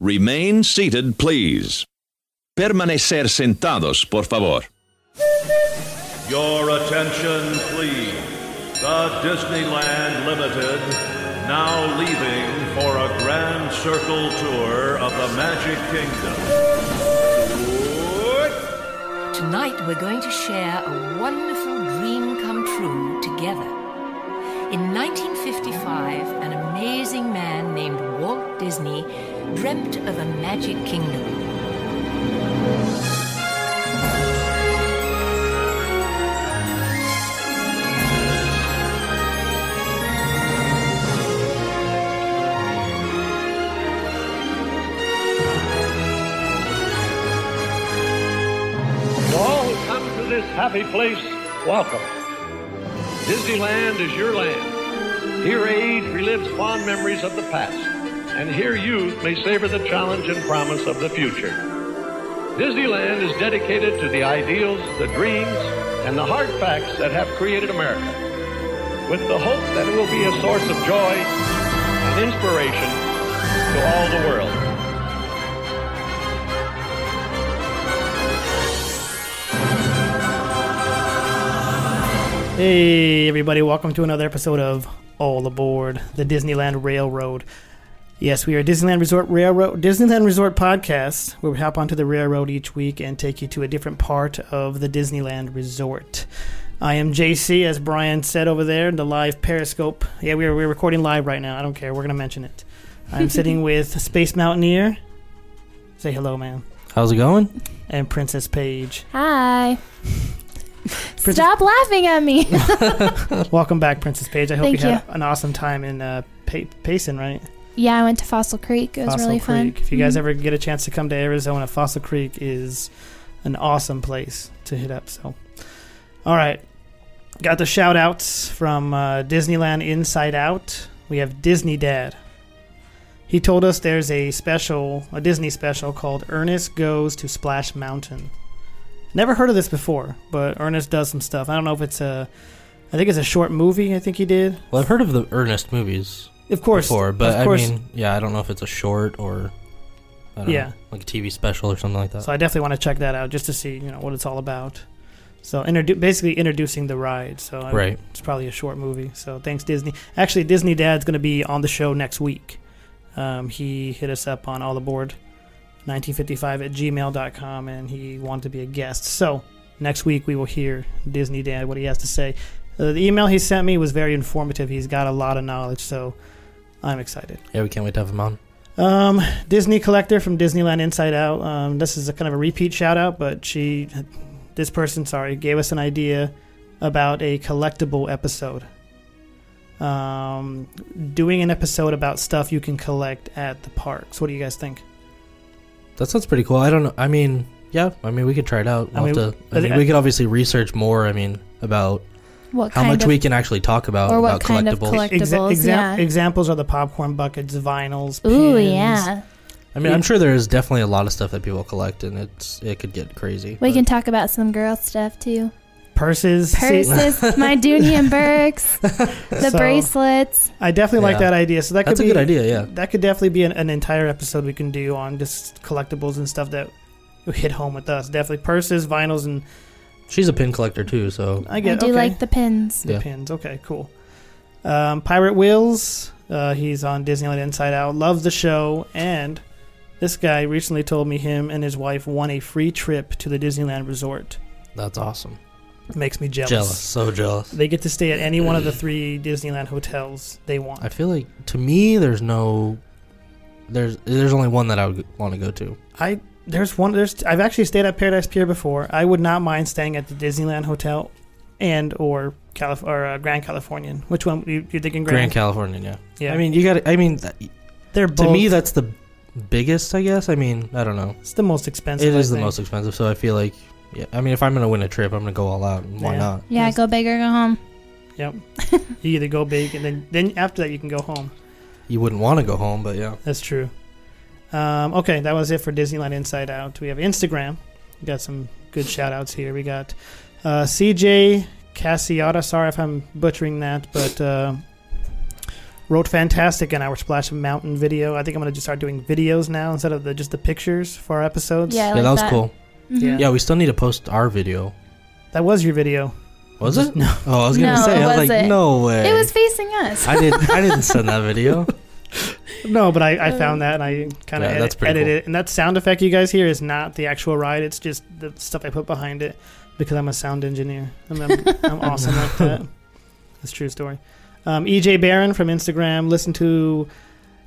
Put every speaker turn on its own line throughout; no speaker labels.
Remain seated, please. Permanecer sentados, por favor.
Your attention, please. The Disneyland Limited now leaving for a grand circle tour of the Magic Kingdom.
Tonight, we're going to share a wonderful dream come true together. In 1955, an amazing man named Walt Disney dreamt of a magic kingdom.
To all who come to this happy place, welcome. Disneyland is your land. Here age relives fond memories of the past, and here youth may savor the challenge and promise of the future. Disneyland is dedicated to the ideals, the dreams, and the hard facts that have created America, with the hope that it will be a source of joy and inspiration to all the world.
Hey, everybody, welcome to another episode of All Aboard the Disneyland Railroad. Yes, we are Disneyland Resort Railroad, Disneyland Resort Podcast, where we hop onto the railroad each week and take you to a different part of the Disneyland Resort. I am JC, as Brian said over there, the live Periscope. Yeah, we're, we're recording live right now. I don't care. We're going to mention it. I'm sitting with Space Mountaineer. Say hello, man.
How's it going?
And Princess Paige.
Hi. Stop laughing at me.
Welcome back, Princess Paige. I hope
Thank
you had an awesome time in uh, pa- Payson, right?
yeah, I went to Fossil Creek. It was
Fossil
really
Creek.
fun. Mm-hmm.
If you guys ever get a chance to come to Arizona, Fossil Creek is an awesome place to hit up. So, all right, got the shout outs from uh, Disneyland Inside Out. We have Disney Dad. He told us there's a special, a Disney special called Ernest Goes to Splash Mountain. Never heard of this before, but Ernest does some stuff. I don't know if it's a, I think it's a short movie. I think he did.
Well, I've heard of the Ernest movies
Of course,
before, but
of course,
I mean, yeah, I don't know if it's a short or I don't
Yeah.
know, like a TV special or something like that.
So I definitely want to check that out just to see you know what it's all about. So introdu- basically introducing the ride. So I-
Right.
it's probably a short movie. So thanks Disney. Actually, Disney Dad's going to be on the show next week. Um, he hit us up on all aboard 1955 at gmail.com and he wanted to be a guest. So next week we will hear Disney Dad what he has to say. Uh, the email he sent me was very informative. He's got a lot of knowledge, so I'm excited.
yeah, we can't wait to have him on.
Um, Disney collector from Disneyland Inside Out. Um, this is a kind of a repeat shout out, but she, this person, sorry, gave us an idea about a collectible episode. Um, doing an episode about stuff you can collect at the parks. What do you guys think?
That sounds pretty cool. I don't know. I mean, yeah, I mean, we could try it out. We'll
I mean,
have to, I
I
mean,
thi-
we could obviously research more. I mean, about
What
how
kind
much
of,
we can actually talk about
or what
about
kind of
collectibles.
collect- Collectibles, yeah.
Examples are the popcorn buckets, vinyls.
Ooh,
pins.
yeah.
I mean, I'm sure there is definitely a lot of stuff that people collect, and it's it could get crazy.
We
but-
can talk about some girl stuff too.
Purses. See,
Purses, my Dooney and Burks, the
So-
bracelets.
I definitely like
Yeah.
that idea. So that
That's
could
a
be
good idea, yeah.
That could definitely be an, an entire episode we can do on just collectibles and stuff that hit home with us. Definitely purses, vinyls, and
She's a pin collector too, so
I
I
get
do
okay.
like the pins.
The
Yeah.
pins. Okay, cool. Um, Pirate Wills. Uh, he's on Disneyland Inside Out. Loves the show, and this guy recently told me him and his wife won a free trip to the Disneyland Resort.
that's awesome.
Makes me jealous.
Jealous, so jealous.
They get to stay at any one of the three Disneyland hotels they want.
I feel like to me, there's no, there's there's only one that I would want to go to.
I there's one there's I've actually stayed at Paradise Pier before. I would not mind staying at the Disneyland Hotel and or Calif- or uh, Grand Californian. Which one you, you're thinking?
Grand
Grand.
California, yeah.
yeah,
I mean, you got. I mean, that, to
they're both,
me, that's the biggest. I guess. I mean, I don't know.
it's the most
It
expensive. I
is the
think.
most expensive, so I feel like. Yeah. I mean, if I'm gonna win a trip, I'm gonna go all out. and Why
Yeah.
not?
Yeah,
Yes.
go big or go home.
Yep. you either go big and then then after that you can go home.
You wouldn't want to go home, but yeah.
That's true. Um, okay, that was it for Disneyland Inside Out. We have Instagram. We got some good shout outs here. We got uh, CJ Cassiata. Sorry if I'm butchering that, but uh, wrote fantastic in our Splash Mountain video. I think I'm gonna just start doing videos now instead of the just the pictures for our episodes.
Yeah, I
yeah,
like
that
Mm-hmm.
was cool.
yeah.
Yeah, we still need to post our video.
That was your video.
Was it?
No.
Oh, I was gonna
No,
say.
it
I was like,
wasn't.
no way.
It was facing us.
I didn't. I didn't send that video.
No, but I, I found that and I kind of
Yeah, that's
edit
pretty
edited
cool.
it. And that sound effect you guys hear is not the actual ride. It's just the stuff I put behind it because I'm a sound engineer. I'm, I'm, I'm awesome like that. It's a true story. Um, EJ Barron from Instagram listened to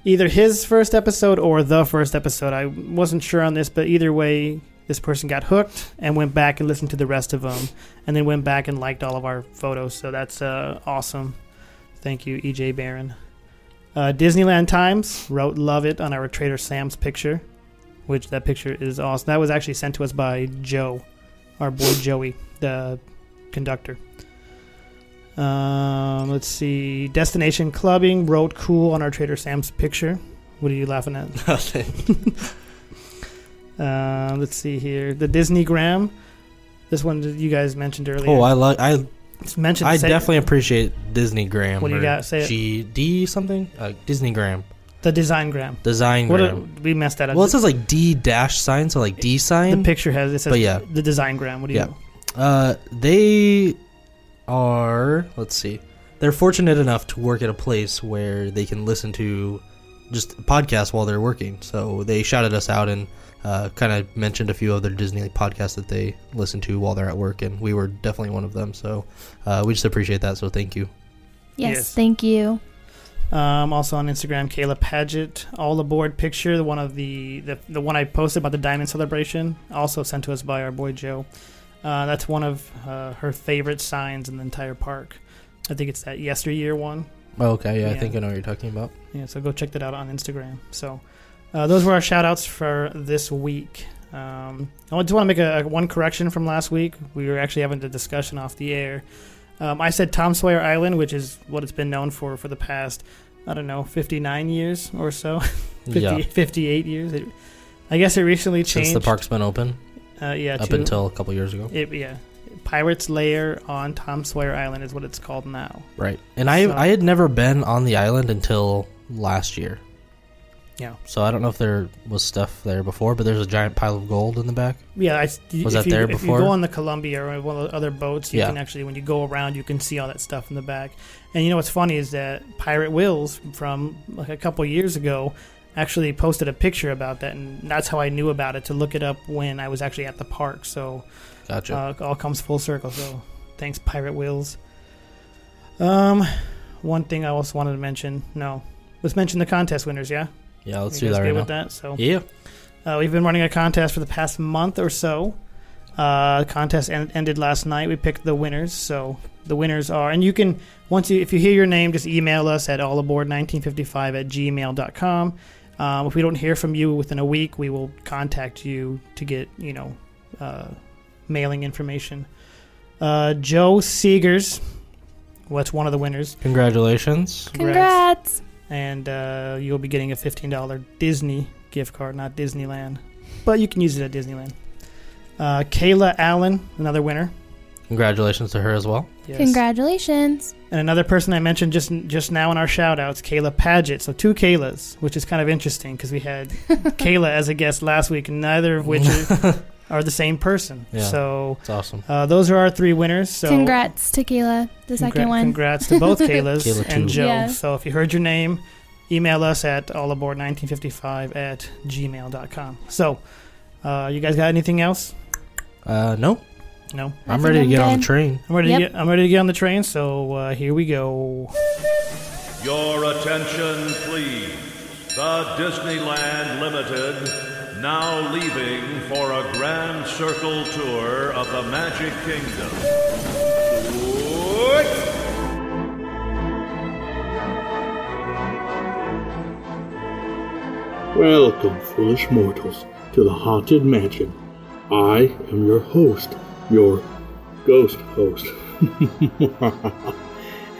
either his first episode or the first episode. I wasn't sure on this, but either way, this person got hooked and went back and listened to the rest of them and then went back and liked all of our photos. So that's uh, awesome. Thank you, EJ Barron. Uh, Disneyland Times wrote "Love It" on our Trader Sam's picture, which that picture is awesome. That was actually sent to us by Joe, our boy Joey, the conductor. Um, let's see. Destination Clubbing wrote "Cool" on our Trader Sam's picture. What are you laughing at?
Nothing.
Uh, let's see here. The Disney Gram. This one that you guys mentioned earlier.
Oh, I like. I
it's mentioned.
I
say-
definitely appreciate Disney Gram.
What do you got? Say it.
G D something. Uh, Disney Gram.
the Design Gram.
Design
What a,
Gram.
we messed that up.
well, it says like D dash sign, so like D
the
sign.
picture has it says
But yeah.
the Design Gram. What do you?
Yeah. Uh, they are. Let's see. They're fortunate enough to work at a place where they can listen to just podcasts while they're working. So they shouted us out and uh, kind of mentioned a few other Disney podcasts that they listen to while they're at work, and we were definitely one of them. So uh, we just appreciate that. So thank you.
yes,
Yes.
thank you.
Um, also on Instagram, Kayla Paget, all aboard picture, the one of the, the the one I posted about the diamond celebration, also sent to us by our boy Joe. Uh, that's one of uh, her favorite signs in the entire park. I think it's that yesteryear one.
Oh, okay.
Yeah.
I think I know what you're talking about.
Yeah, so go check that out on Instagram. So uh, those were our shout outs for this week. Um, I just want to make a, a- one correction from last week. We were actually having a discussion off the air. Um, I said Tom Sawyer Island, which is what it's been known for for the past, I don't know, 59 years or so, 50,
Yeah.
58 years. It, I guess it recently changed.
Since the park's been open
uh, yeah,
up
to-
until a couple years ago.
it, yeah, Pirates Lair on Tom Sawyer Island is what it's called now.
Right. And I
So-
I had never been on the island until last year.
Yeah.
So I don't know if there was stuff there before, but there's a giant pile of gold in the back.
Yeah, I,
Was
if
that
you,
there
if
before?
you go on the Columbia or one of the other boats, you
Yeah.
can actually, when you go around, you can see all that stuff in the back. And you know what's funny is that Pirate Wills from like a couple years ago actually posted a picture about that, and that's how I knew about it to look it up when I was actually at the park. So
Gotcha.
uh, it all comes full circle. So thanks, Pirate Wills. Um, one thing I also wanted to mention. No, let's mention the contest winners. Yeah,
yeah, let's
You
do
guys
that
good
right now.
with that. So
Yeah.
uh, we've been running a contest for the past month or so. Uh, the contest en- ended last night. We picked the winners. So the winners are, and you can, once you, if you hear your name, just email us at allaboard1955 at gmail.com. Um, if we don't hear from you within a week, we will contact you to get, you know, uh, mailing information. Uh, Joe Seegers, what's one of the winners?
Congratulations.
Congrats.
and uh, you'll be getting a fifteen dollar Disney gift card, not Disneyland, but you can use it at Disneyland. Uh, Kayla Allen, another winner.
Congratulations to her as well.
Yes.
Congratulations.
And another person I mentioned just just now in our shout outs, Kayla Paget. So two Kaylas, which is kind of interesting because we had Kayla as a guest last week, and neither of which are- are the same person.
Yeah.
So
It's awesome.
uh, those are our three winners. So
Congrats, Tequila, the second
Congra-
one.
Congrats to both Kayla's
Kayla
and
too.
Joe.
Yeah.
So if you heard your name, email us at allaboard1955 at gmail.com. So, uh, you guys got anything else?
Uh, no,
No?
I
I'm
think
ready to
I'm
get on the
good.
train.
I'm ready,
Yep.
to, get, I'm ready to get on the train, so uh, here we go.
Your attention, please. The Disneyland Limited now leaving for a grand circle tour of the Magic Kingdom. Good.
Welcome, foolish mortals, to the Haunted Mansion. I am your host, your ghost host.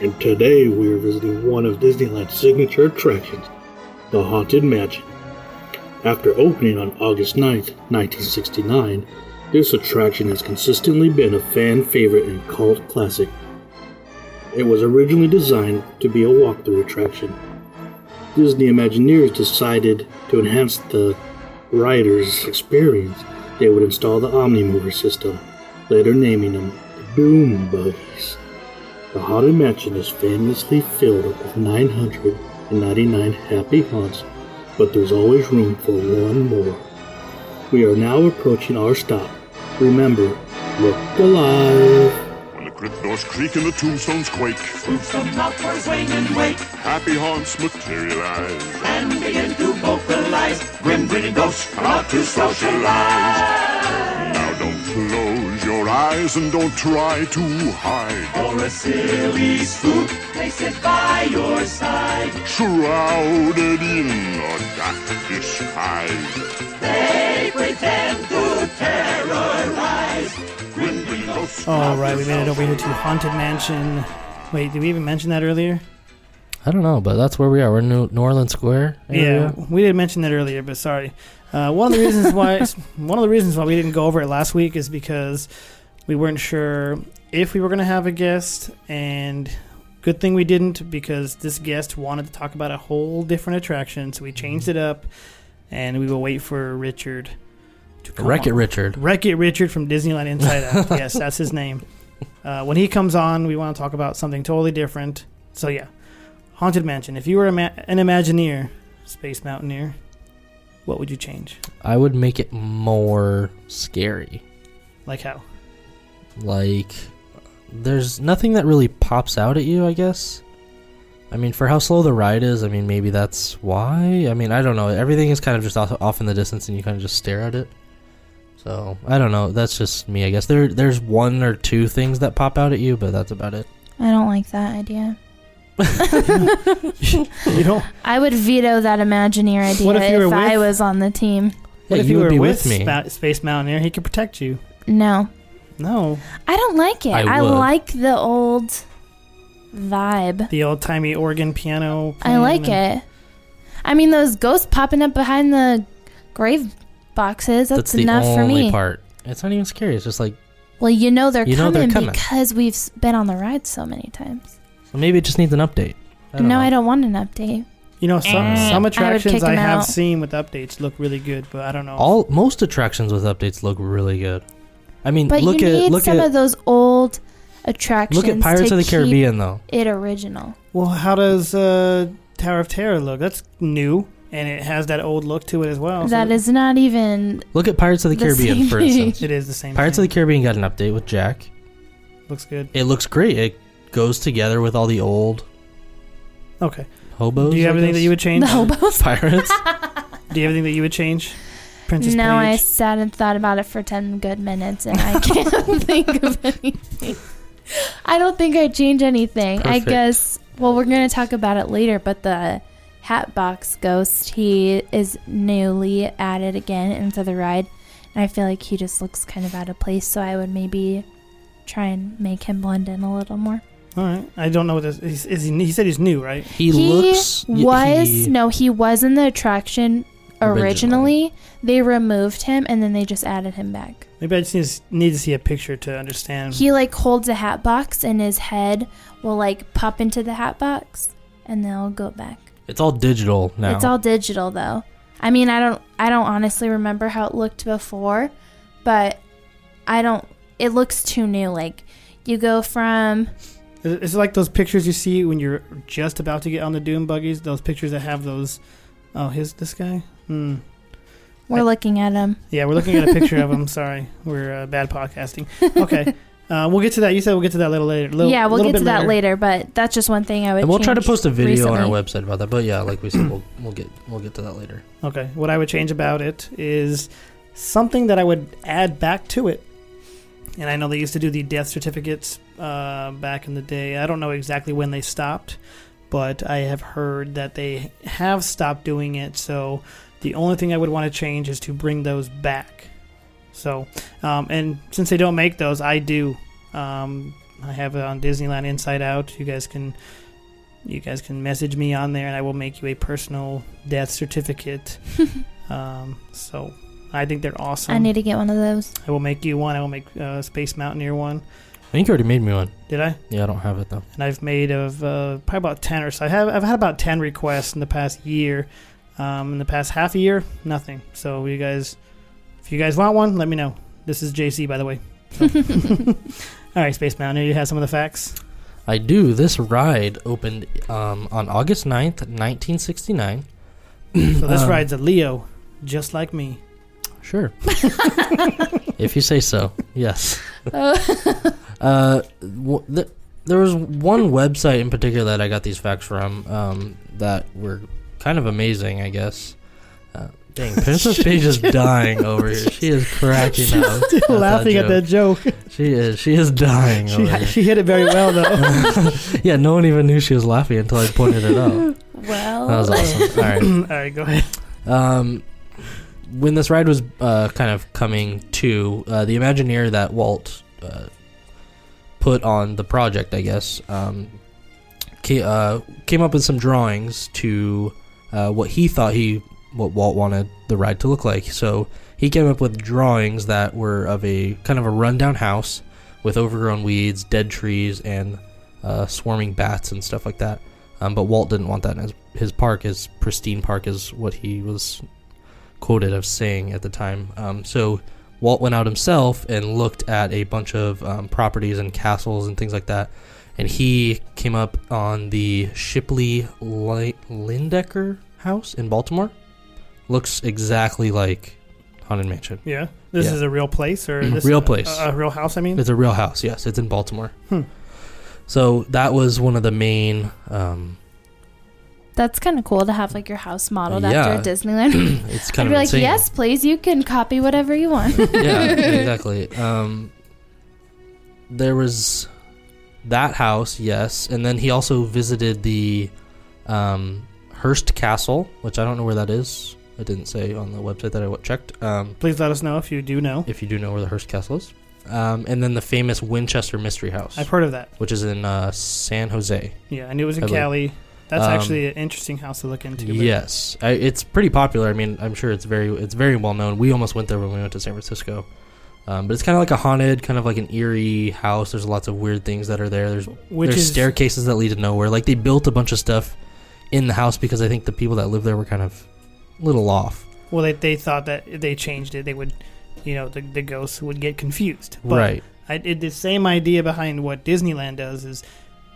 and today we are visiting one of Disneyland's signature attractions, the Haunted Mansion. After opening on August 9th, 1969, this attraction has consistently been a fan favorite and cult classic. It was originally designed to be a walkthrough attraction Disney Imagineers decided to enhance the rider's experience, they would install the Omnimover system, later naming them the Boom Buggies. The Haunted Mansion is famously filled with 999 happy haunts, but there's always room for one more. We are now approaching our stop. Remember, look alive.
When the crypt doors creak and the tombstones quake,
Spooks come outward, swing and wake,
happy haunts materialize.
and begin to vocalize. Grim, grinning ghosts come out to socialize.
Now don't close your eyes and don't try to hide.
For a silly spook, they sit by your side.
Shrouded in a dark disguise.
They pretend to terrorize. Grim, grinning ghosts. come
All
out
right,
to
we made it over here to Haunted Mansion. Wait, did we even mention that earlier?
I don't know, but that's where we are. We're in New, New Orleans Square.
Yeah,
area.
we didn't mention that earlier, but sorry. Uh, one of the reasons why one of the reasons why we didn't go over it last week is because we weren't sure if we were going to have a guest, and good thing we didn't because this guest wanted to talk about a whole different attraction, so we changed it up, and we will wait for Richard to come
Wreck It
on.
Richard.
Wreck It Richard from Disneyland Inside Out. yes, that's his name. Uh, when he comes on, we want to talk about something totally different. So yeah, Haunted Mansion. If you were a ma- an Imagineer, Space Mountaineer, what would you change?
I would make it more scary.
Like how?
Like, there's nothing that really pops out at you, I guess. I mean, for how slow the ride is, I mean, maybe that's why. I mean, I don't know. Everything is kind of just off, off in the distance, and you kind of just stare at it. So I don't know. That's just me, I guess. There, there's one or two things that pop out at you, but that's about it.
I don't like that idea.
You know,
I would veto that Imagineer idea
What if you were
if I
with-
was on the team.
what
Yeah,
if
you
you,
would
were
be
with,
with me.
Spa- Space Mountaineer? He could protect you.
No,
No,
I don't like it.
I
I,
would.
like the old vibe.
the old timey organ piano.
I like
playing
it. I mean, those ghosts popping up behind the grave boxes. That's,
the
enough
only
for me.
part. It's not even scary. It's just like
Well, you know they're
You know they're
coming
coming.
because we've s- been on the ride so many times.
so maybe it just needs an update. I don't
no,
know.
I don't want an update.
You know, some
Eh. I
some
would
attractions
kick
I,
him
have
out.
seen with updates look really good, but I don't know.
All most attractions with updates look really good. I mean,
But
look
you need
at look
some
at
of those old attractions.
look at Pirates
to
of the
keep
Caribbean though.
It original.
Well, how does uh, Tower of Terror look? That's new, and it has that old look to it as well.
that is not even.
Look at Pirates of the,
The
Caribbean
same
for
thing.
instance.
it is the same.
Pirates of the Caribbean got an update with Jack.
the looks good.
It looks great. It goes together with all the old
Okay.
hobos.
Do you have
I
anything that
guess?
you would change?
The hobos.
pirates?
Do you have anything that you would change? Princess
Now I
Paige.
sat and thought about it for ten good minutes, and I can't think of anything. I don't think I'd change anything. I
Perfect.
guess. Well, we're gonna talk about it later, but the Hatbox Ghost he is newly added again into the ride, and I feel like he just looks kind of out of place. So I would maybe try and make him blend in a little more.
All right. I don't know what this is. is he, he said he's new, right?
He, looks y-
was
he-
no, he was in the attraction
Originally.
originally. They removed him and then they just added him back.
Maybe I just need to, s- need to see a picture to understand.
He like holds a hat box and his head will like pop into the hat box and they'll go back.
It's all digital now.
It's all digital though. I mean, I don't I don't honestly remember how it looked before, but I don't it looks too new like you go from
is, is it like those pictures you see when you're just about to get on the Doom buggies? Those pictures that have those. Oh, his this guy. Hmm.
we're
I-
looking at him.
Yeah, we're looking at a picture of him. Sorry, we're uh, bad podcasting. Okay, uh, we'll get to that. You said we'll get to that a little later. Little,
yeah, we'll
little
get
bit
to that later, but that's just one thing I would
and we'll try to
change
post a video on
recently.
our website about that. But yeah, like we said, we'll, we'll get we'll get to that later.
Okay, what I would change about it is something that I would add back to it. And I know they used to do the death certificates uh, back in the day. I don't know exactly when they stopped, but I have heard that they have stopped doing it. So the only thing I would want to change is to bring those back. So, um, and since they don't make those, I do. Um, I have it on Disneyland Inside Out. You guys can you guys can message me on there and I will make you a personal death certificate. um, so I think they're awesome.
I need to get one of those.
I will make you one. I will make uh, Space Mountaineer one.
think you already made me one.
Did I?
Yeah, I don't have it though.
and I've made of uh, probably about ten or so. I have I've had about ten requests in the past year. Um, in the past half a year, nothing. So you guys, if you guys want one, let me know. This is JC, by the way. So. All right, Space Mountain. You have some of the facts.
I do. This ride opened um, on August 9th, 1969.
So this
Um,
ride's a Leo, just like me.
Sure. if you say so, yes.
Oh.
uh, w- th- there was one website in particular that I got these facts from um, that were kind of amazing, I guess. Uh, dang, Princess Paige is dying over here. She is cracking up.
Still laughing at that
joke. Oh,
joke.
She is. She is dying
She,
over here.
she hit it very well though.
Yeah, no one even knew she was laughing until I pointed it out.
Well,
That was awesome. All right.
All right, go ahead.
Um, when this ride was uh, kind of coming to, uh, the Imagineer that Walt uh, put on the project, I guess, um, ca- uh, came up with some drawings to uh, what he thought he what Walt wanted the ride to look like. So he came up with drawings that were of a kind of a rundown house with overgrown weeds, dead trees, and uh, swarming bats and stuff like that. Um, but Walt didn't want that in his, his park. His pristine park is what he was quoted as saying at the time. Um, so Walt went out himself and looked at a bunch of um, properties and castles and things like that. And he came up on the Shipley Li- Lindecker house in Baltimore. Looks exactly like Haunted Mansion.
Yeah, this
Yeah.
is a real place or
Mhm.
this
Real
a-
place.
a, a real house. I mean,
It's a real house, yes. It's in Baltimore.
Hmm.
So that was one of the main um,
that's kind of cool to have like your house modeled
Yeah.
after Disneyland.
it's
I'd
kind
be
of
like,
insane.
yes, please. You can copy whatever you want.
yeah, exactly. Um, there was that house, yes, and then he also visited the um, Hearst Castle, which I don't know where that is. It didn't say on the website that I w- checked. Um,
please let us know if you do know.
if you do know where the Hearst Castle is, um, and then the famous Winchester Mystery House,
I've heard of that.
which is in uh, San Jose.
Yeah, I knew it was in
I believe-
Cali. That's
Um,
actually an interesting house to look into. but-
Yes, I, it's pretty popular. I mean, I'm sure it's very it's very well known. We almost went there when we went to San Francisco, um, but it's kind of like a haunted, kind of like an eerie house. There's lots of weird things that are there. There's
Which
there's
is-
staircases that lead to nowhere. Like they built a bunch of stuff in the house because I think the people that lived there were kind of a little off.
Well, they, they thought that if they changed it, they would, you know, the, the ghosts would get confused. But I, it, the same idea behind what Disneyland does is,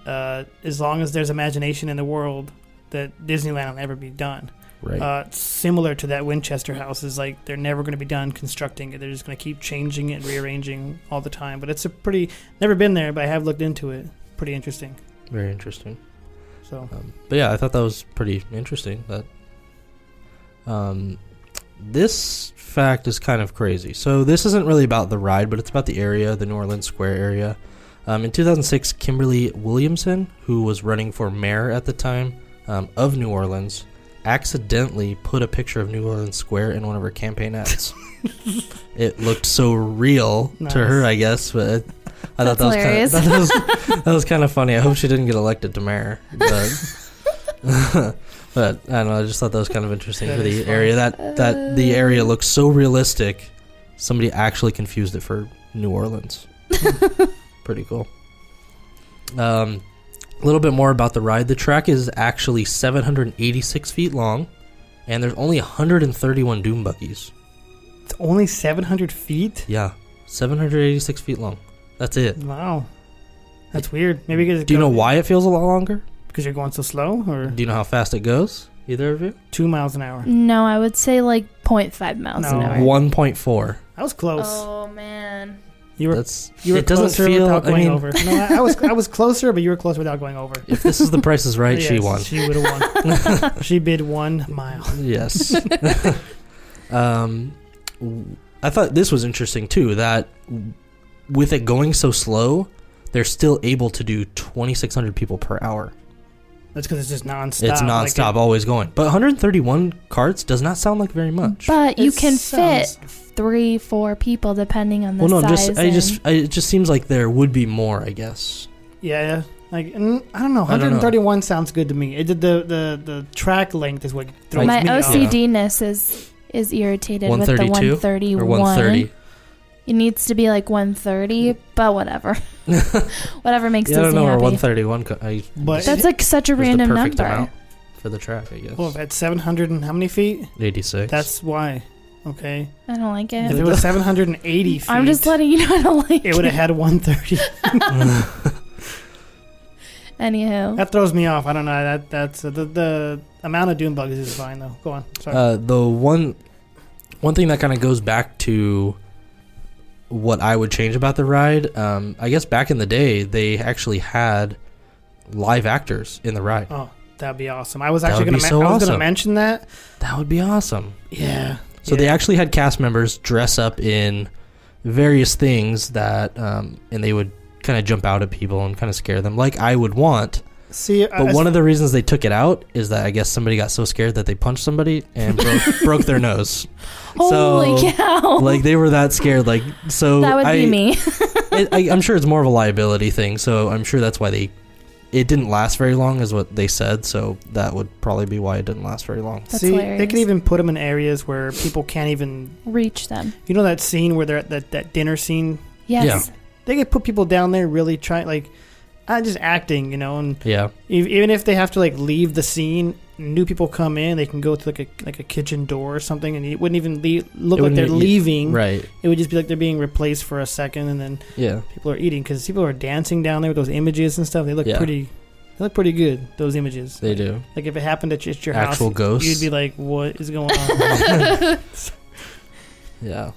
uh, as long as there's imagination in the world, that Disneyland will never be done.
Right.
Uh, similar to that Winchester house is like they're never going to be done constructing it. They're just going to keep changing it and rearranging all the time. But it's a pretty never been there, but I have looked into it. Pretty interesting.
very interesting.
So
Um, but yeah, I thought that was pretty interesting. That um, this fact is kind of crazy. So this isn't really about the ride, but it's about the area, the New Orleans Square area. Um, in 2006, Kimberly Williamson, who was running for mayor at the time um, of New Orleans, accidentally put a picture of New Orleans Square in one of her campaign ads. it looked so real
Nice.
to her, I guess, but it- I thought that was,
That's
kind of,
hilarious.
that, was, that was kind of funny. I hope she didn't get elected to mayor. But, but I don't know. I just thought that was kind of interesting
That
for
is
the
funny.
area that that the area looks so realistic. Somebody actually confused it for New Orleans. Pretty cool. Um, a little bit more about the ride. The track is actually 786 feet long, and there's only 131 doom buggies.
it's only 700 feet.
Yeah, 786 feet long. That's it.
Wow, that's weird. Maybe you guys
Do you
go-
know why it feels a lot longer?
Because you're going so slow, or
Do you know how fast it goes? Either of you?
two miles an hour.
no, I would say like 0.5 miles
No.
an hour.
1.4.
That was close.
Oh man.
you were
That's
you were
it doesn't
closer
feel.
without
I
going
mean,
over. No, I, I was I was closer, but you were closer without going over.
if this is the Price is Right, she
Yes,
won.
She would have won. she bid one mile.
Yes. um, w- I thought this was interesting too. That w- with it going so slow, they're still able to do 2,600 people per hour.
That's because it's just nonstop.
It's
like
nonstop, always going. But 131 carts does not sound like very much.
But you
It
can
sounds-
fit three, four people depending on the
well, no, I'm
size.
just I
and-
just I, it just seems like there would be more. I guess.
it- yeah, like mm, I don't know.
I don't know.
131 sounds good to me. It did the the the track length is what throws
my
uh,
me off.
OCD ness is is irritated with the
132
131.
Or 130.
It needs to be like 1:30, but whatever. whatever makes
Yeah, I don't
Disney
know where
happy.
131. Co- I,
But
That's like such a
was
random
the perfect
number.
amount for the track, I guess.
well, if oh, at 700 and how many feet?
86.
That's why. Okay.
I don't like
If
it.
it was 780 feet,
I'm just letting you know I don't like
it
it.
would have had 130.
Anywho,
that throws me off. I don't know. That that's uh, the the amount of dune bugs is fine though. Go on. Sorry.
Uh, the one one thing that kind of goes back to what I would change about the ride. Um, I guess back in the day, they actually had live actors in the ride.
oh, that'd be awesome. I was
That
actually
would
gonna
be
men-
so
I was gonna
awesome.
mention that.
That would be awesome.
Yeah.
So
yeah.
they actually had cast members dress up in various things that, um, and they would kind of jump out at people and kind of scare them, like I would want.
see. I-
But
I-
one of the reasons they took it out is that I guess somebody got so scared that they punched somebody and broke, broke their nose.
holy cow!
Like they were that scared. Like so,
that would
I,
be me.
it, I, I'm sure it's more of a liability thing. So I'm sure that's why they. It didn't last very long, is what they said. So that would probably be why it didn't last very long.
That's
see,
hilarious.
they can even put them in areas where people can't even.
reach them.
You know that scene where they're at that, that dinner scene.
Yes.
They could put people down there really try like, uh, just acting, you know, and
Yeah,
Ev- even if they have to like leave the scene new people come in they can go to like a like a kitchen door or something and it wouldn't even le- look
It
like
wouldn't
they're
be-
leaving
right.
it would just be like they're being replaced for a second and then
Yeah,
people are eating because people are dancing down there with those images and stuff they look
Yeah.
pretty they look pretty good those images
they do.
like if it happened at just your
Actual
house
ghosts.
you'd be like what is going on
Yeah.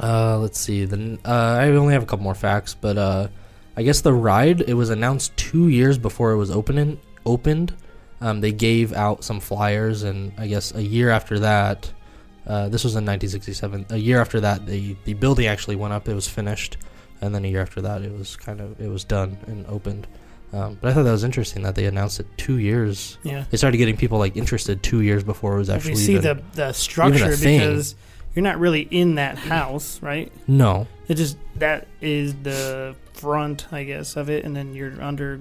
Uh, let's see. Then uh, I only have a couple more facts, but uh, I guess the ride it was announced two years before it was opening opened. Um, they gave out some flyers, and I guess a year after that, uh, this was in 1967. A year after that, the the building actually went up. It was finished, and then a year after that, it was kind of it was done and opened. Um, but I thought that was interesting that they announced it two years.
yeah
They started getting people like interested two years before it was
if
actually.
you see
even-
the the structure
thing.
because you're not really in that house right
no,
It just that is the front, I guess, of it, and then you're under.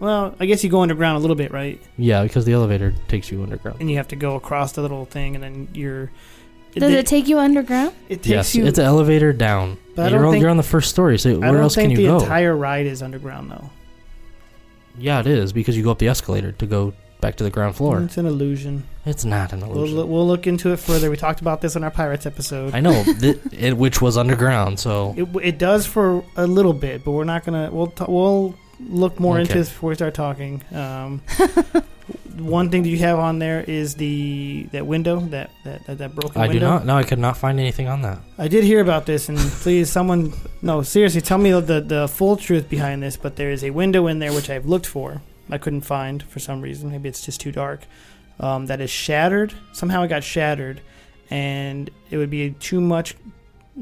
Well, I guess you go underground a little bit, right?
Yeah, because the elevator takes you underground.
And you have to go across the little thing, and then you're.
Does it take you underground?
it takes
Yes,
you.
it's an elevator down.
But I
you're,
don't
on,
think-
you're on the first story, so
I
where
don't
else
think
can
the
you go?
entire ride is underground though.
yeah, it is because you go up the escalator to go back to the ground floor.
It's an illusion.
It's not an
We'll,
illusion.
loo- we'll look into it further. We talked about this in our pirates episode.
I know, th- it, which was underground. So
it, it does for a little bit, but we're not gonna. We'll t- we'll look more into
Okay.
this before we start talking. Um, one thing that you have on there is the that window that that that, that broken
I
window.
do not. No, I could not find anything on that.
I did hear about this, and please, someone, no, seriously, tell me the, the full truth behind this. But there is a window in there which I've looked for. I couldn't find for some reason. Maybe it's just too dark. Um, that is shattered. Somehow it got shattered, and it would be too much.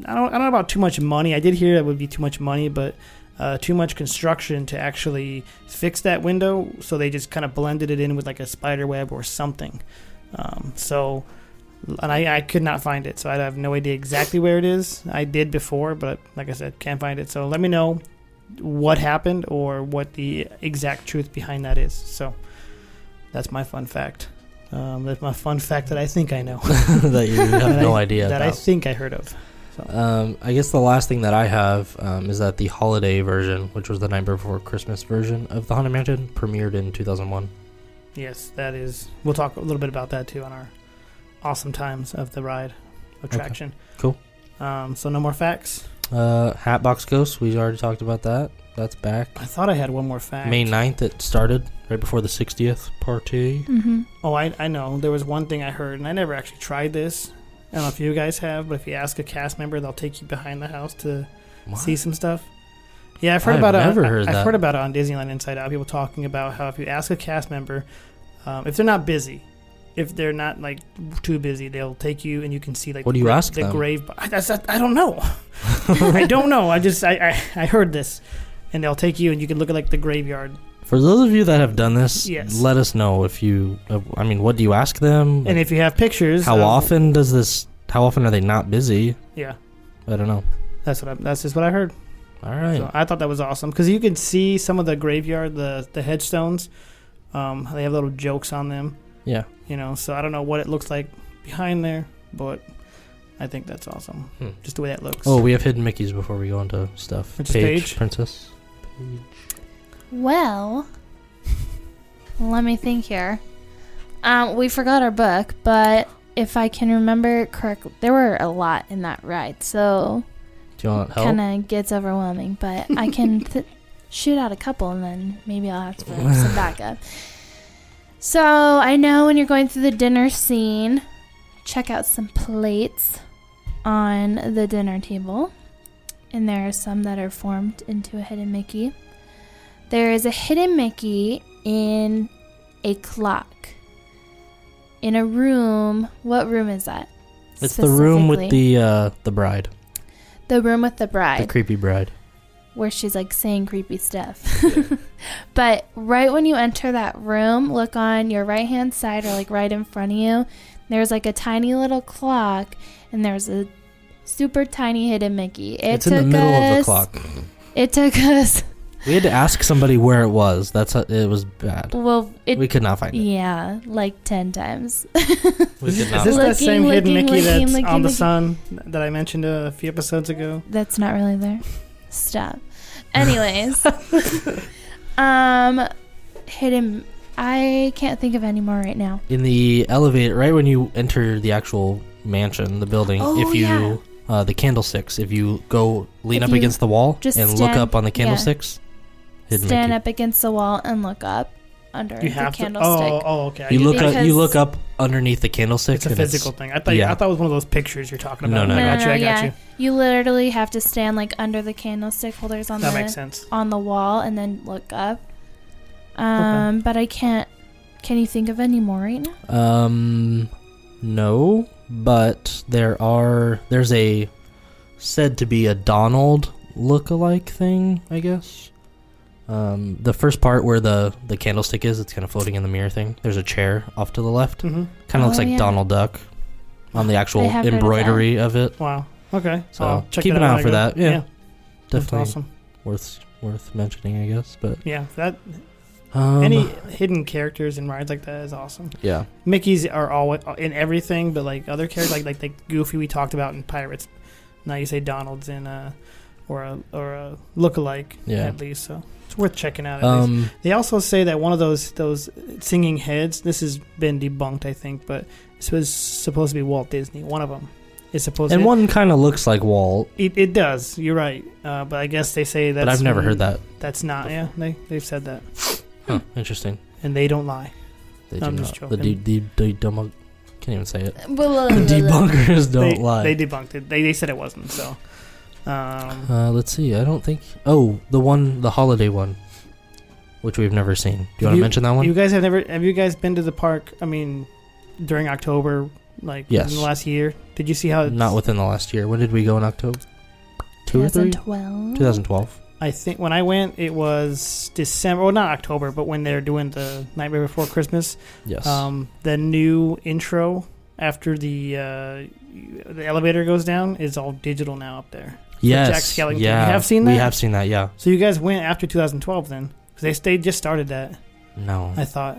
I don't, I don't know about too much money. I did hear it would be too much money, but uh, too much construction to actually fix that window. So they just kind of blended it in with like a spider web or something. Um, so and I, I could not find it, so I have no idea exactly where it is. I did before, but like I said, can't find it. So let me know what happened or what the exact truth behind that is. So that's my fun fact. Um, that's my fun fact that I think I know.
that you have
That
no
I-
idea
That I
about.
think I heard of.
Um, I guess the last thing that I have um, is that the holiday version, which was the night before Christmas version of the Haunted Mansion, premiered in 2001.
Yes, that is. We'll talk a little bit about that too on our awesome times of the ride attraction.
Cool.
Um, so no more facts.
Uh, Hatbox Ghost, we already talked about that. That's back.
I thought I had one more fact.
May 9th it started, right before the 60th party.
Mm-hmm.
Oh, I, I know. There was one thing I heard, and I never actually tried this. I don't know if you guys have, but if you ask a cast member, they'll take you behind the house to see some stuff. Yeah, I've heard
I've
about
never
it. on-
heard
I've
that.
heard about it on Disneyland Inside Out. People talking about how if you ask a cast member, um, if they're not busy, if they're not like too busy, they'll take you and you can see like
What
the
do you
gra-
ask
the
them?
grave. I, that's, I don't know. I don't know. I just I, I, I heard this, and they'll take you and you can look at like the graveyard
For those of you that have done this,
Yes.
let us know if you. Uh, I mean, what do you ask them?
and if you have pictures.
how
of-
often does this? How often are they not busy?
Yeah,
I don't know.
that's what I, that's just what I heard.
All right.
So I thought that was awesome because you can see some of the graveyard, the the headstones. Um, they have little jokes on them,
yeah.
you know. So I don't know what it looks like behind there, but I think that's awesome. Just the way that looks.
Hmm. Oh, we have hidden Mickeys before we go on to stuff.
Which is Paige?
Princess.
Well, let me think here. Um, we forgot our book, but if I can remember correctly, there were a lot in that ride, so
Do you want help?
kind of gets overwhelming. But I can th- shoot out a couple, and then maybe I'll have to put some backup. So I know when you're going through the dinner scene, check out some plates on the dinner table, and there are some that are formed into a hidden Mickey. There is a hidden Mickey in a clock. In a room. What room is that?
It's the room with
Specifically.
the uh, the bride,
the room with the bride
the creepy bride.
where she's like saying creepy stuff. but right when you enter that room, look on your right hand side or like right in front of you. There's like a tiny little clock, and there's a super tiny hidden Mickey. It
it's in the
took
middle of the
us-
clock.
It took us.
We had to ask somebody where it was. That's how, it was bad.
Well, it.
we could not find it.
yeah, like ten times.
We could
Is
not.
this
Looking,
that same hidden
looking,
Mickey
looking,
that's
looking,
on the
looking.
sun that I mentioned a few episodes ago?
That's not really there. Stop. Anyways, um, hidden. I can't think of any more right now.
in the elevator, right when you enter the actual mansion, the building.
Oh,
if you
yeah.
uh, the candlesticks, if you go lean
If
up
you
against the wall
just
and look
stand-
up on the
yeah.
candlesticks, hidden
stand
Mickey.
up against the wall and look up under
You
the
have to.
candlestick.
Oh, oh, okay. I
You
get
look
that.
up. You
Because-
look up underneath the candlestick.
It's a
and
physical thing. I thought.
yeah.
I thought it was one of those pictures you're talking
No,
about.
no,
I
no.
got you. I got
yeah.
you.
literally have to stand like under the candlestick holders on
That
the
makes sense.
on the wall and then look up. Um, but I can't. Can you think of any more right now?
Um, no, but there are. There's a said to be a Donald look-alike thing, I guess. Um, the first part where the the candlestick is, it's kind of floating in the mirror thing. There's a chair off to the left.
hmm
Kind of looks
Oh,
like
yeah.
Donald Duck on the actual
I have heard of that.
embroidery of, it.
Wow. Okay.
So,
I'll check
keep
that
an eye
out
out for
when I
that.
go.
Yeah,
yeah. That's
Definitely
awesome.
worth worth mentioning, I guess. But
Yeah. That
um,
any hidden characters and rides like that is awesome.
yeah,
Mickey's are always in everything, but like other characters, like like, like Goofy we talked about in Pirates. Now you say Donald's in a or a or a lookalike
Yeah.
at least. So it's worth checking out. At least.
um,
They also say that one of those those singing heads. This has been debunked, I think, but this was supposed to be Walt Disney. One of them is supposed
and
to.
one kind of looks like Walt,
it, it does. You're right, uh, but I guess they say that's.
but I've never heard that. Hmm.
That's not. Yeah, they they've said that,
Huh, interesting.
and they don't lie.
They
I'm
do
just
not. The de-
joking.
de- de- demo- can't even say it. The
Debunk.
debunkers don't
they,
lie.
They debunked it. They, they said it wasn't. So, um,
uh, let's see. I don't think. Oh, the one, the holiday one, which we've never seen. Do you want to
You-
mention that
you
one?
guys have never have you guys been to the park? I mean, during October, like
Yes.
in the last year, did you see how? It's,
Not within the last year. When did we go in October? Two or three?
2012.
2012.
I think when I went, it was December. Well, not October, but when they're doing the Nightmare Before Christmas,
Yes.
um, the new intro after the uh, the elevator goes down is all digital now up there.
yes.
Jack Skellington. You
Yeah.
have seen
We
that?
have seen that. Yeah.
So you guys went after 2012 then? 'Cause they they just started that.
No.
I thought.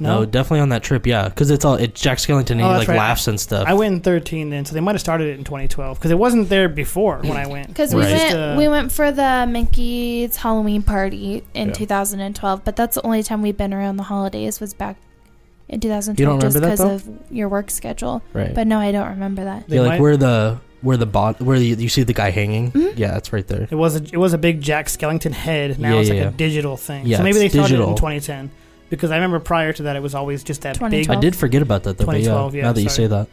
no. definitely on that trip. Yeah, because it's all it's Jack Skellington. And
Oh,
he
that's
like
right.
laughs and stuff.
I went in 13 then, so they might have started it in 2012 because it wasn't there before when I went.
Because we
Right.
went,
Just, uh,
we went for the Mickey's Halloween party in
Yeah.
2012, but that's the only time we've been around the holidays was back in 2012,
You don't
just
remember that,
because of your work schedule.
right.
But no, I don't remember that.
They
yeah, like
might-
where the where the bot where you, you see the guy hanging.
Mm-hmm.
Yeah, it's right there.
it was a, it was a big Jack Skellington head. Now
Yeah,
it's
yeah,
like
yeah.
a digital thing.
Yeah,
so maybe they
it's
started it in
digital.
2010 because I remember prior to that it was always just that big.
2012.
I did forget about that though. But yeah,
2012, yeah,
now that you
sorry.
say that,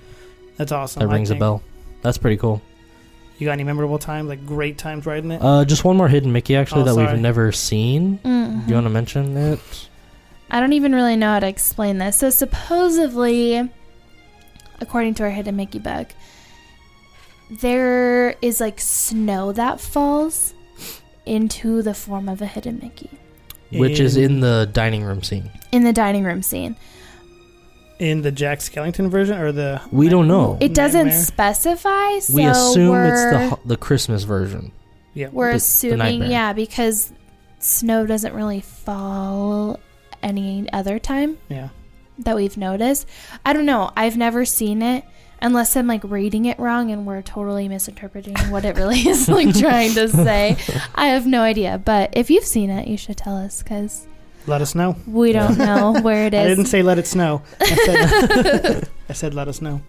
That's awesome.
that
I
rings a
think.
bell. That's pretty cool.
You got any memorable times? Like great times riding it?
Uh, just one more hidden Mickey actually
Oh,
that
sorry.
we've never seen.
Mhm.
Do you want to mention it?
I don't even really know how to explain this. So supposedly, according to our Hidden Mickey book, there is like snow that falls into the form of a Hidden Mickey
Which is
In-
in the dining room scene.
in the dining room scene.
in the Jack Skellington version or the
We don't know.
It doesn't
Nightmare.
specify, so
we assume
we're,
it's the ho- the Christmas version.
yeah.
we're
the- the
assuming,
nightmare.
yeah, because snow doesn't really fall any other time.
yeah.
that we've noticed. I don't know. I've never seen it. unless I'm like reading it wrong and we're totally misinterpreting what it really is like trying to say. I have no idea. But if you've seen it, you should tell us because
Let us know.
we don't know where it
I didn't
is.
say let it snow. I said, I said let us
Oh,
know.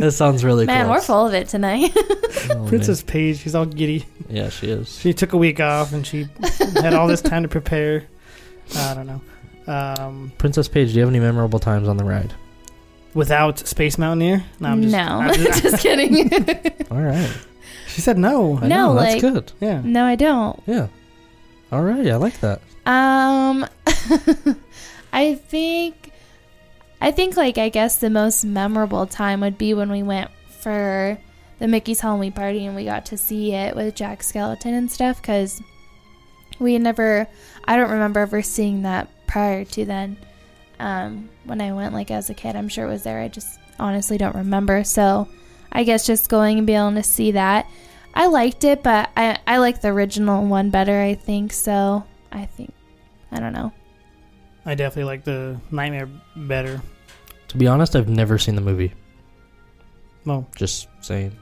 That sounds really
Man,
cool. Oh,
we're full of it tonight.
Princess Paige, she's all giddy.
Yeah, she is.
She took a week off and she had all this time to prepare. I don't know. Um,
Princess Paige, do you have any memorable times on the ride?
without Space Mountaineer? No, I'm just,
no,
I'm just-
just kidding.
All right.
she said no.
I
No,
know, that's
like-
good.
Yeah.
no, I don't.
Yeah. All right, I like that.
Um, I think, I think like I guess the most memorable time would be when we went for the Mickey's Halloween party and we got to see it with Jack Skeleton and stuff because we had never, I don't remember ever seeing that prior to then. Um, when I went like as a kid, I'm sure it was there. I just honestly don't remember. So I guess just going and being able to see that. I liked it, but I, I like the original one better, I think. So I think I don't know.
I definitely like the Nightmare better.
To be honest, I've never seen the movie.
Well,
Just saying.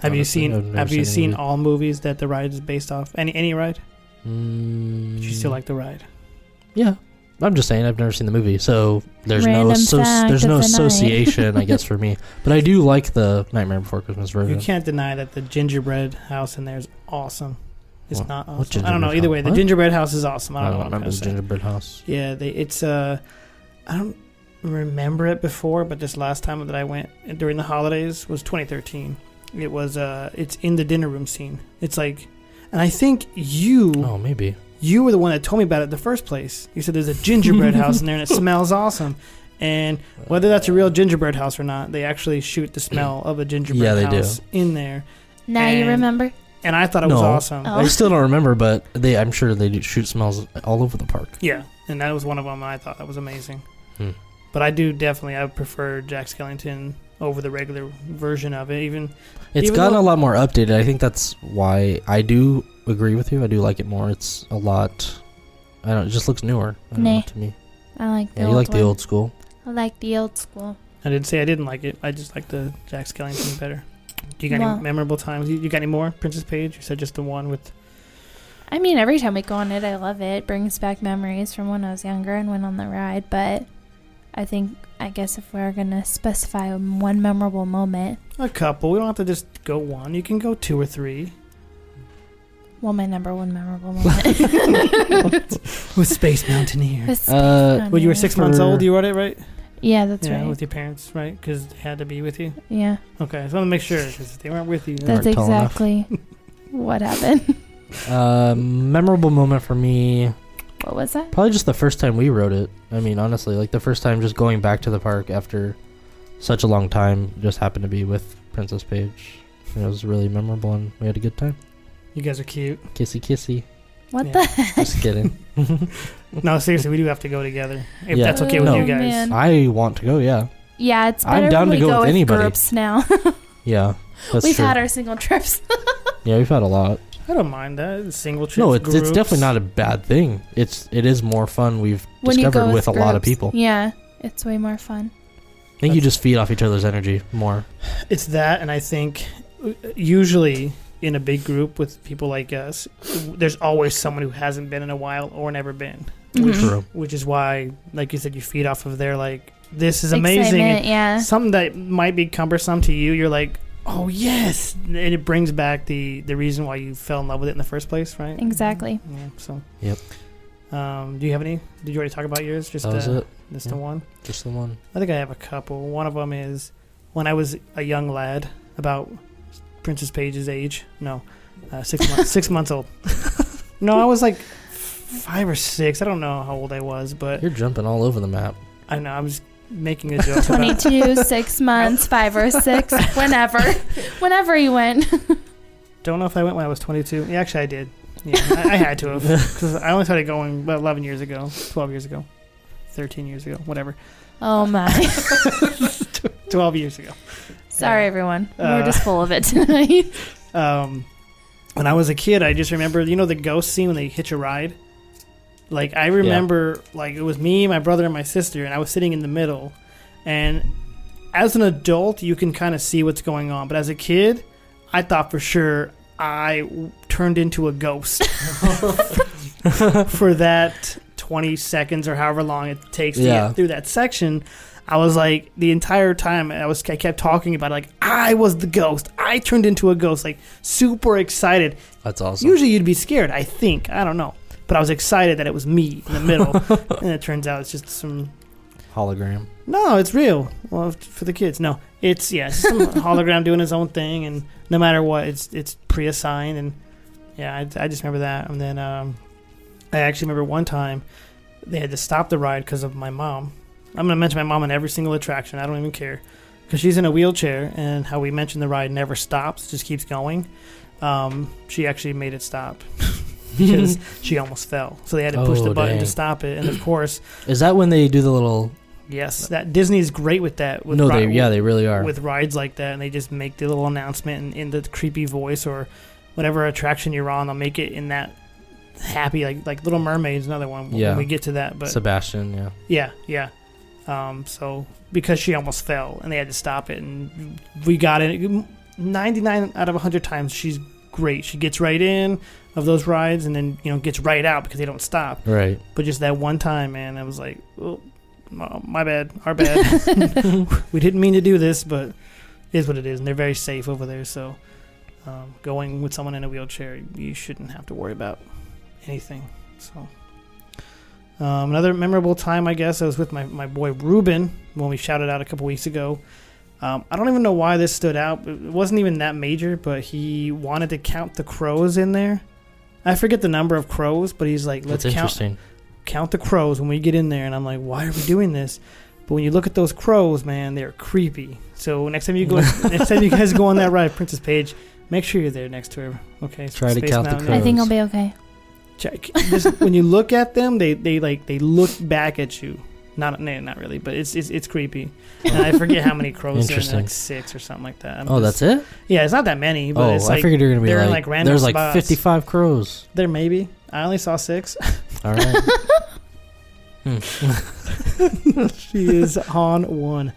have you
Honestly, I've
seen
never
Have you
seen any
seen
of it.
all movies that the ride is based off? Any any ride?
Mm,
But you still like the ride?
Yeah. I'm just saying I've never seen the movie, so there's
Random
no asso-
fact
there's
of
no
the night.
association, I guess, for me. But I do like the Nightmare Before Christmas
You
version.
can't deny that the gingerbread house in there is awesome. It's
What-
not
what
awesome. I don't know.
gingerbread
Either
house?
way, the
What?
gingerbread house is awesome. I
I
don't,
don't
know. What I'm
remember
gonna
the
say.
Uh, Gingerbread House.
Yeah, they, it's uh, I don't remember it before, but this last time that I went during the holidays was 2013. It was uh, it's in the dinner room scene. It's like, and I think you
Oh, maybe.
you were the one that told me about it in the first place. You said there's a gingerbread house in there and it smells awesome. And whether that's a real gingerbread house or not, they actually shoot the smell of a gingerbread
Yeah, they do.
house in there.
Now you
And-
remember?
And I thought it was
No.
awesome.
Oh.
I still don't remember, but they I'm sure they do shoot smells all over the park.
Yeah, and that was one of them. I thought that was amazing.
Hmm.
But I do definitely I prefer Jack Skellington over the regular version of it. Even
It's
Even
gotten
though-
a lot more updated. I think that's why I do agree with you. I do like it more. It's a lot. I don't. It just looks newer I don't know,
Nah.
to me.
I like the
Yeah,
old
you like the
one.
old school.
I like the old school.
I didn't say I didn't like it. I just like the Jack Skellington better. Do you got
Well-
any memorable times? You, you got any more Princess Page? You said just the one with
I mean, every time we go on it, I love it. It brings back memories from when I was younger and went on the ride. But I think, I guess, if we're gonna specify one memorable moment,
a couple. We don't have to just go one. You can go two or three
well, my number one memorable moment
with Space Mountaineer.
was Space
Uh,
When you were
Mountaineer.
six months
For-
old, you wrote it right.
Yeah, that's
yeah,
right.
with your parents, right? Because they had to be with you.
yeah,
Okay, so I want to make sure because they weren't with you.
that's
weren't tall enough.
exactly what happened.
Uh, memorable moment for me,
What was that?
probably just the first time we rode it. I mean, honestly, like the first time just going back to the park after such a long time. Just happened to be with Princess Paige. It was really memorable, and we had a good time.
you guys are cute.
Kissy, kissy.
What
Yeah.
the heck?
Just kidding.
No, seriously, we do have to go together if
Yeah.
that's okay with
No.
you guys.
Oh, Man.
I want to go. Yeah,
Yeah, it's
I'm
better
down
when
to
we
go
go,
with
with
anybody.
groups now.
yeah. That's
We've
true.
had our single trips.
yeah, we've had a lot.
I don't mind that. It's single trips.
no, it's, it's
groups.
definitely not a bad thing. It's it is more fun. We've discovered with, a lot of
groups.
people.
Yeah, it's way more fun.
I think you just feed off each other's energy more.
It's that, and I think uh, usually in a big group with people like us, there's always someone who hasn't been in a while or never been,
Mhm.
True.
which is why, like you said, you feed off of their like, this is amazing.
Excitement,
and
yeah.
Something that might be cumbersome to you, you're like, oh yes, and it brings back the the reason why you fell in love with it in the first place, right?
Exactly.
Yeah. So.
Yep.
Um, do you have any? Did you already talk about yours? Just
That was
uh,
it.
Just
Yeah.
the one.
Just the one.
I think I have a couple. One of them is when I was a young lad, about Princess Paige's age. No, uh, six months. six months old. No, I was like five or six. I don't know how old I was, but
You're jumping all over the map.
I know I'm just making a joke. about,
22, six months, five or six, whenever, whenever you went.
don't know if I went when I was 22. Yeah, actually, I did. Yeah, I, I had to have because I only started going about 11 years ago, 12 years ago, 13 years ago, whatever.
Oh my!
12 years ago.
Sorry, everyone.
Uh,
We're just full of it tonight.
um, when I was a kid, I just remember, you know, the ghost scene when they hitch a ride. Like I remember, like it was me, my brother, and my sister, and I was sitting in the middle, and as an adult, you can kind of see what's going on, but as a kid, I thought for sure I w- turned into a ghost for that 20 seconds or however long it takes to
Yeah.
get through that section. I was like the entire time I was I kept talking about it, like I was the ghost. I turned into a ghost, like super excited.
That's awesome.
Usually you'd be scared, I think. I don't know. But I was excited that it was me in the middle. and it turns out it's just some
Hologram.
no, it's real. Well, f- for the kids, no, it's yeah, it's some hologram doing his own thing, and no matter what, it's it's pre-assigned, and yeah, I, I just remember that. And then um, I actually remember one time they had to stop the ride because of my mom. I'm gonna mention my mom in every single attraction. I don't even care because she's in a wheelchair, and how we mentioned the ride never stops, just keeps going. Um, she actually made it stop because she almost fell, so they had to push
Oh,
the button
dang.
to stop it, and of course.
Is that when they do the little?
Yes, that Disney's great with that. With
no,
ri-
they yeah, they really are.
with rides like that, and they just make the little announcement in, in the creepy voice or whatever attraction you're on. They'll make it in that happy, like like Little Mermaid's another one. when
Yeah.
we get to that, but
Sebastian, yeah.
yeah, yeah. Um, so because she almost fell, and they had to stop it, and we got it. Ninety nine out of hundred times, she's great. She gets right in of those rides, and then you know gets right out because they don't stop.
Right.
But just that one time, man, I was like, oh, my my bad, our bad. we didn't mean to do this, but it is what it is. And they're very safe over there. So um, going with someone in a wheelchair, you shouldn't have to worry about anything. So um, another memorable time, I guess, I was with my, my boy Ruben when we shouted out a couple weeks ago. Um, I don't even know why this stood out. It wasn't even that major, but he wanted to count the crows in there. I forget the number of crows, but he's like, let's
That's
count
interesting.
count the crows when we get in there and I'm like, why are we doing this? But when you look at those crows, man, they're creepy. So next time you go next time you guys go on that ride, Princess Page, make sure you're there next to her. Okay.
Try to
Space
count the
Mountain.
I think I'll
Gross.
be okay.
Check. Just, when you look at them, they, they like they look back at you. Not nah, not really, but it's it's, it's creepy. And I forget how many crows there are, in there,
Interesting.
like six or something like that. I'm
Oh,
just-
that's it.
yeah, it's not that many, but
Oh,
it's like
I figured you're gonna be
they're in,
like,
like, random
there's like
spots.
55 crows.
there maybe. I only saw six.
All right.
she is on one.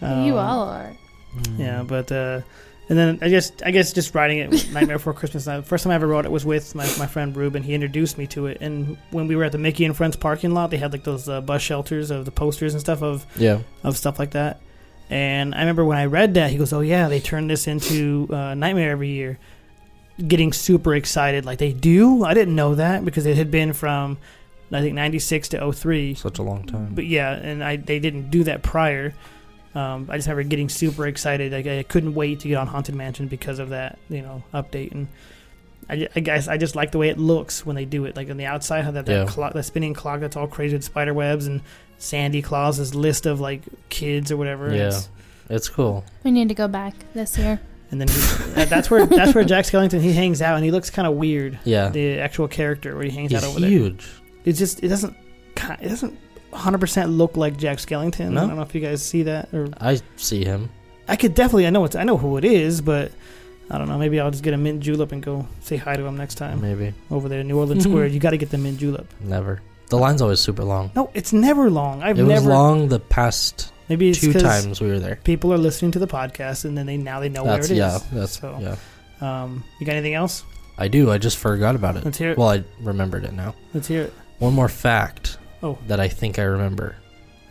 you
Um,
all are.
Mm.
Yeah, but uh, and then I guess I guess just riding it with Nightmare Before Christmas. The first time I ever rode it was with my, my friend Ruben. He introduced me to it, and when we were at the Mickey and Friends parking lot, they had like those uh, bus shelters of the posters and stuff of
yeah.
of stuff like that. And I remember when I read that, he goes, "Oh yeah, they turned this into uh, Nightmare every year." Getting super excited, like they do. I didn't know that because it had been from I think '96 to 03
Such a long time.
but yeah, and I they didn't do that prior. Um, I just remember getting super excited. Like I couldn't wait to get on Haunted Mansion because of that, you know, update. And I, ju- I guess I just like the way it looks when they do it. Like on the outside, how that that,
Yeah.
clock, that spinning clock that's all crazy with spider webs and Sandy Claus's list of like kids or whatever. and
Yeah.
it's-
It's cool.
We need to go back this year.
And then he, that- that's where that's where Jack Skellington he hangs out and he looks kind of weird.
Yeah.
The actual character where he hangs
He's
out over there.
huge.
It just it doesn't ki- it doesn't 100% look like Jack Skellington.
No?
I don't know if you guys see that or
I see him.
I could definitely. I know it's. I know who it is, but I don't know. Maybe I'll just get a mint julep and go say hi to him next time
Maybe.
over there in New Orleans Square.
Mm-hmm.
You got to get the mint julep.
Never. The line's always super long.
No, it's never long. I've
it
never.
was long the past
Maybe it's
two
'cause
times we were there.
People are listening to the podcast, and then they now they know
That's
where it
yeah.
is.
That's
so.
yeah.
Um, you got anything else?
I do. I just forgot about it.
Let's hear it.
Well, I remembered it now.
Let's hear it.
One more fact
Oh.
that I think I remember,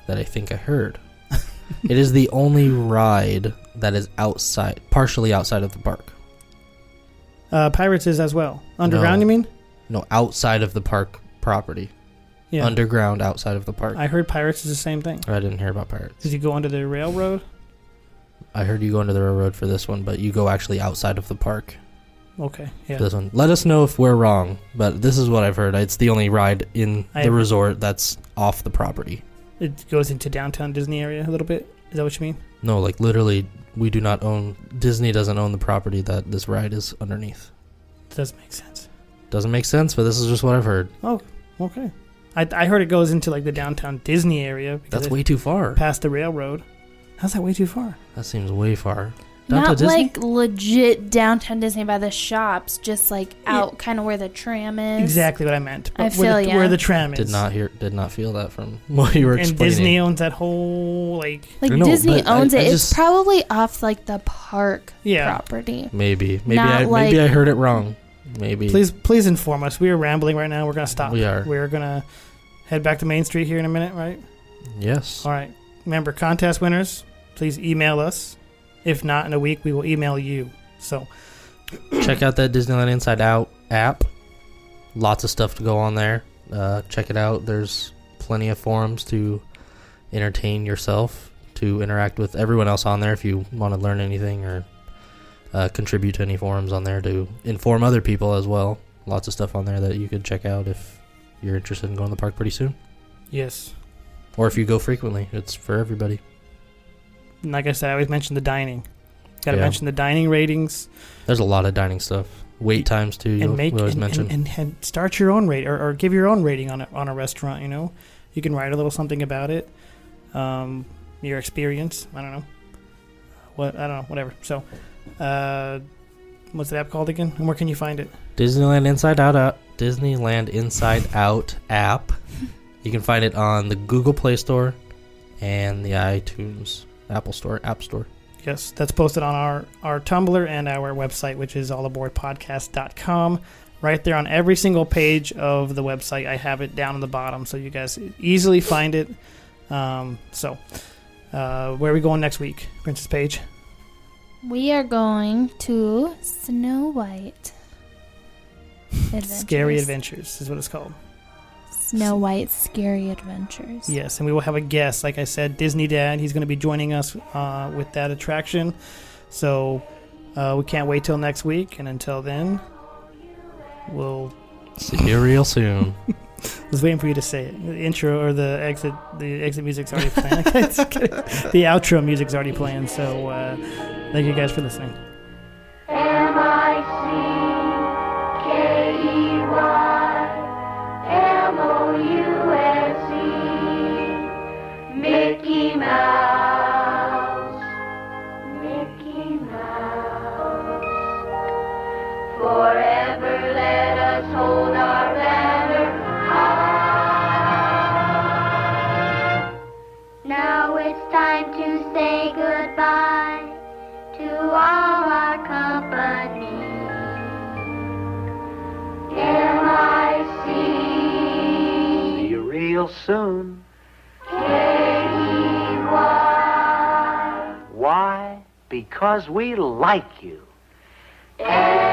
that I think I heard. it is the only ride that is outside, partially outside of the park.
Uh, Pirates is as well. Underground, you mean?
No, outside of the park property.
Yeah.
Underground, outside of the park. I,
I heard Pirates is the same thing.
didn't hear about pirates.
Did you go under the railroad?
I heard you go into the railroad for this one, but you go actually outside of the park
Okay. Yeah.
for this one. Let us know if we're wrong, but this is what I've heard. It's the only ride in
I-
the resort that's off the property.
It goes into downtown Disney area a little bit. Is that what you mean?
No, like literally, we do not own. Disney doesn't own the property that this ride is underneath.
Does make sense.
Doesn't make sense, but this is just what I've heard.
Okay. I, I heard it goes into like the downtown Disney area. because
That's
it-
way too far.
past the railroad. How's that way too far?
That seems way far. Downtown
Not
Disney?
like legit downtown Disney by the shops, just like out kind of where the tram is.
Exactly what I meant.
I
But where,
feel
the,
ya.
where the tram is.
Did not hear, did not feel that from what you were
And
explaining.
Disney owns that whole like.
Like
I know,
Disney
but I-
owns
I
it.
just-
it's probably off like the park
Yeah.
property.
Maybe, maybe
Not
I
like-
maybe I heard it wrong. Maybe
Please, please inform us. We are rambling right now. We're gonna stop.
We are.
We're gonna head back to Main Street here in a minute, right?
yes.
All right. Remember, contest winners, please email us. If not in a week, we will email you. So
check out that Disneyland Inside Out app. Lots of stuff to go on there. Uh, check it out. There's plenty of forums to entertain yourself, to interact with everyone else on there if you want to learn anything or uh, contribute to any forums on there to inform other people as well. Lots of stuff on there that you could check out if you're interested in going to the park pretty soon.
yes,
Or if you go frequently, it's for everybody.
and like I said, I always mention the dining. Got to
Yeah.
mention the dining ratings
There's a lot of dining stuff. Wait times too. you
and make
we always
and,
mention.
and, and, and start your own rate or, or give your own rating on a, on a restaurant. You know, you can write a little something about it, um, your experience. I don't know, what I don't know, whatever. So, uh, what's that app called again? And where can you find it?
Disneyland Inside Out, out Disneyland Inside Out app. You can find it on the Google Play Store and the iTunes Apple Store, App Store.
Yes, that's posted on our, our Tumblr and our website, which is allaboardpodcast.com. Right there on every single page of the website, I have it down in the bottom, so you guys easily find it. Um, so, uh, where are we going next week, Princess Paige?
We are going to Snow White. Adventures.
Scary Adventures is what it's called.
Snow White's Scary Adventures.
Yes, and we will have a guest. Like I said, Disney Dad. He's going to be joining us uh, with that attraction. So uh, we can't wait till next week. And until then, we'll
See you real soon.
I was waiting for you to say it. The intro or the exit, the exit music's already playing. the outro music's already playing. So, uh, thank you guys for listening.
E E. Mickey Mouse, Mickey Mouse. Forever let us hold our banner high. Now it's time to say goodbye to all our company. M.I.C.
See you real soon.
K-E-Y.
Why? Because we like you.
M-I-C.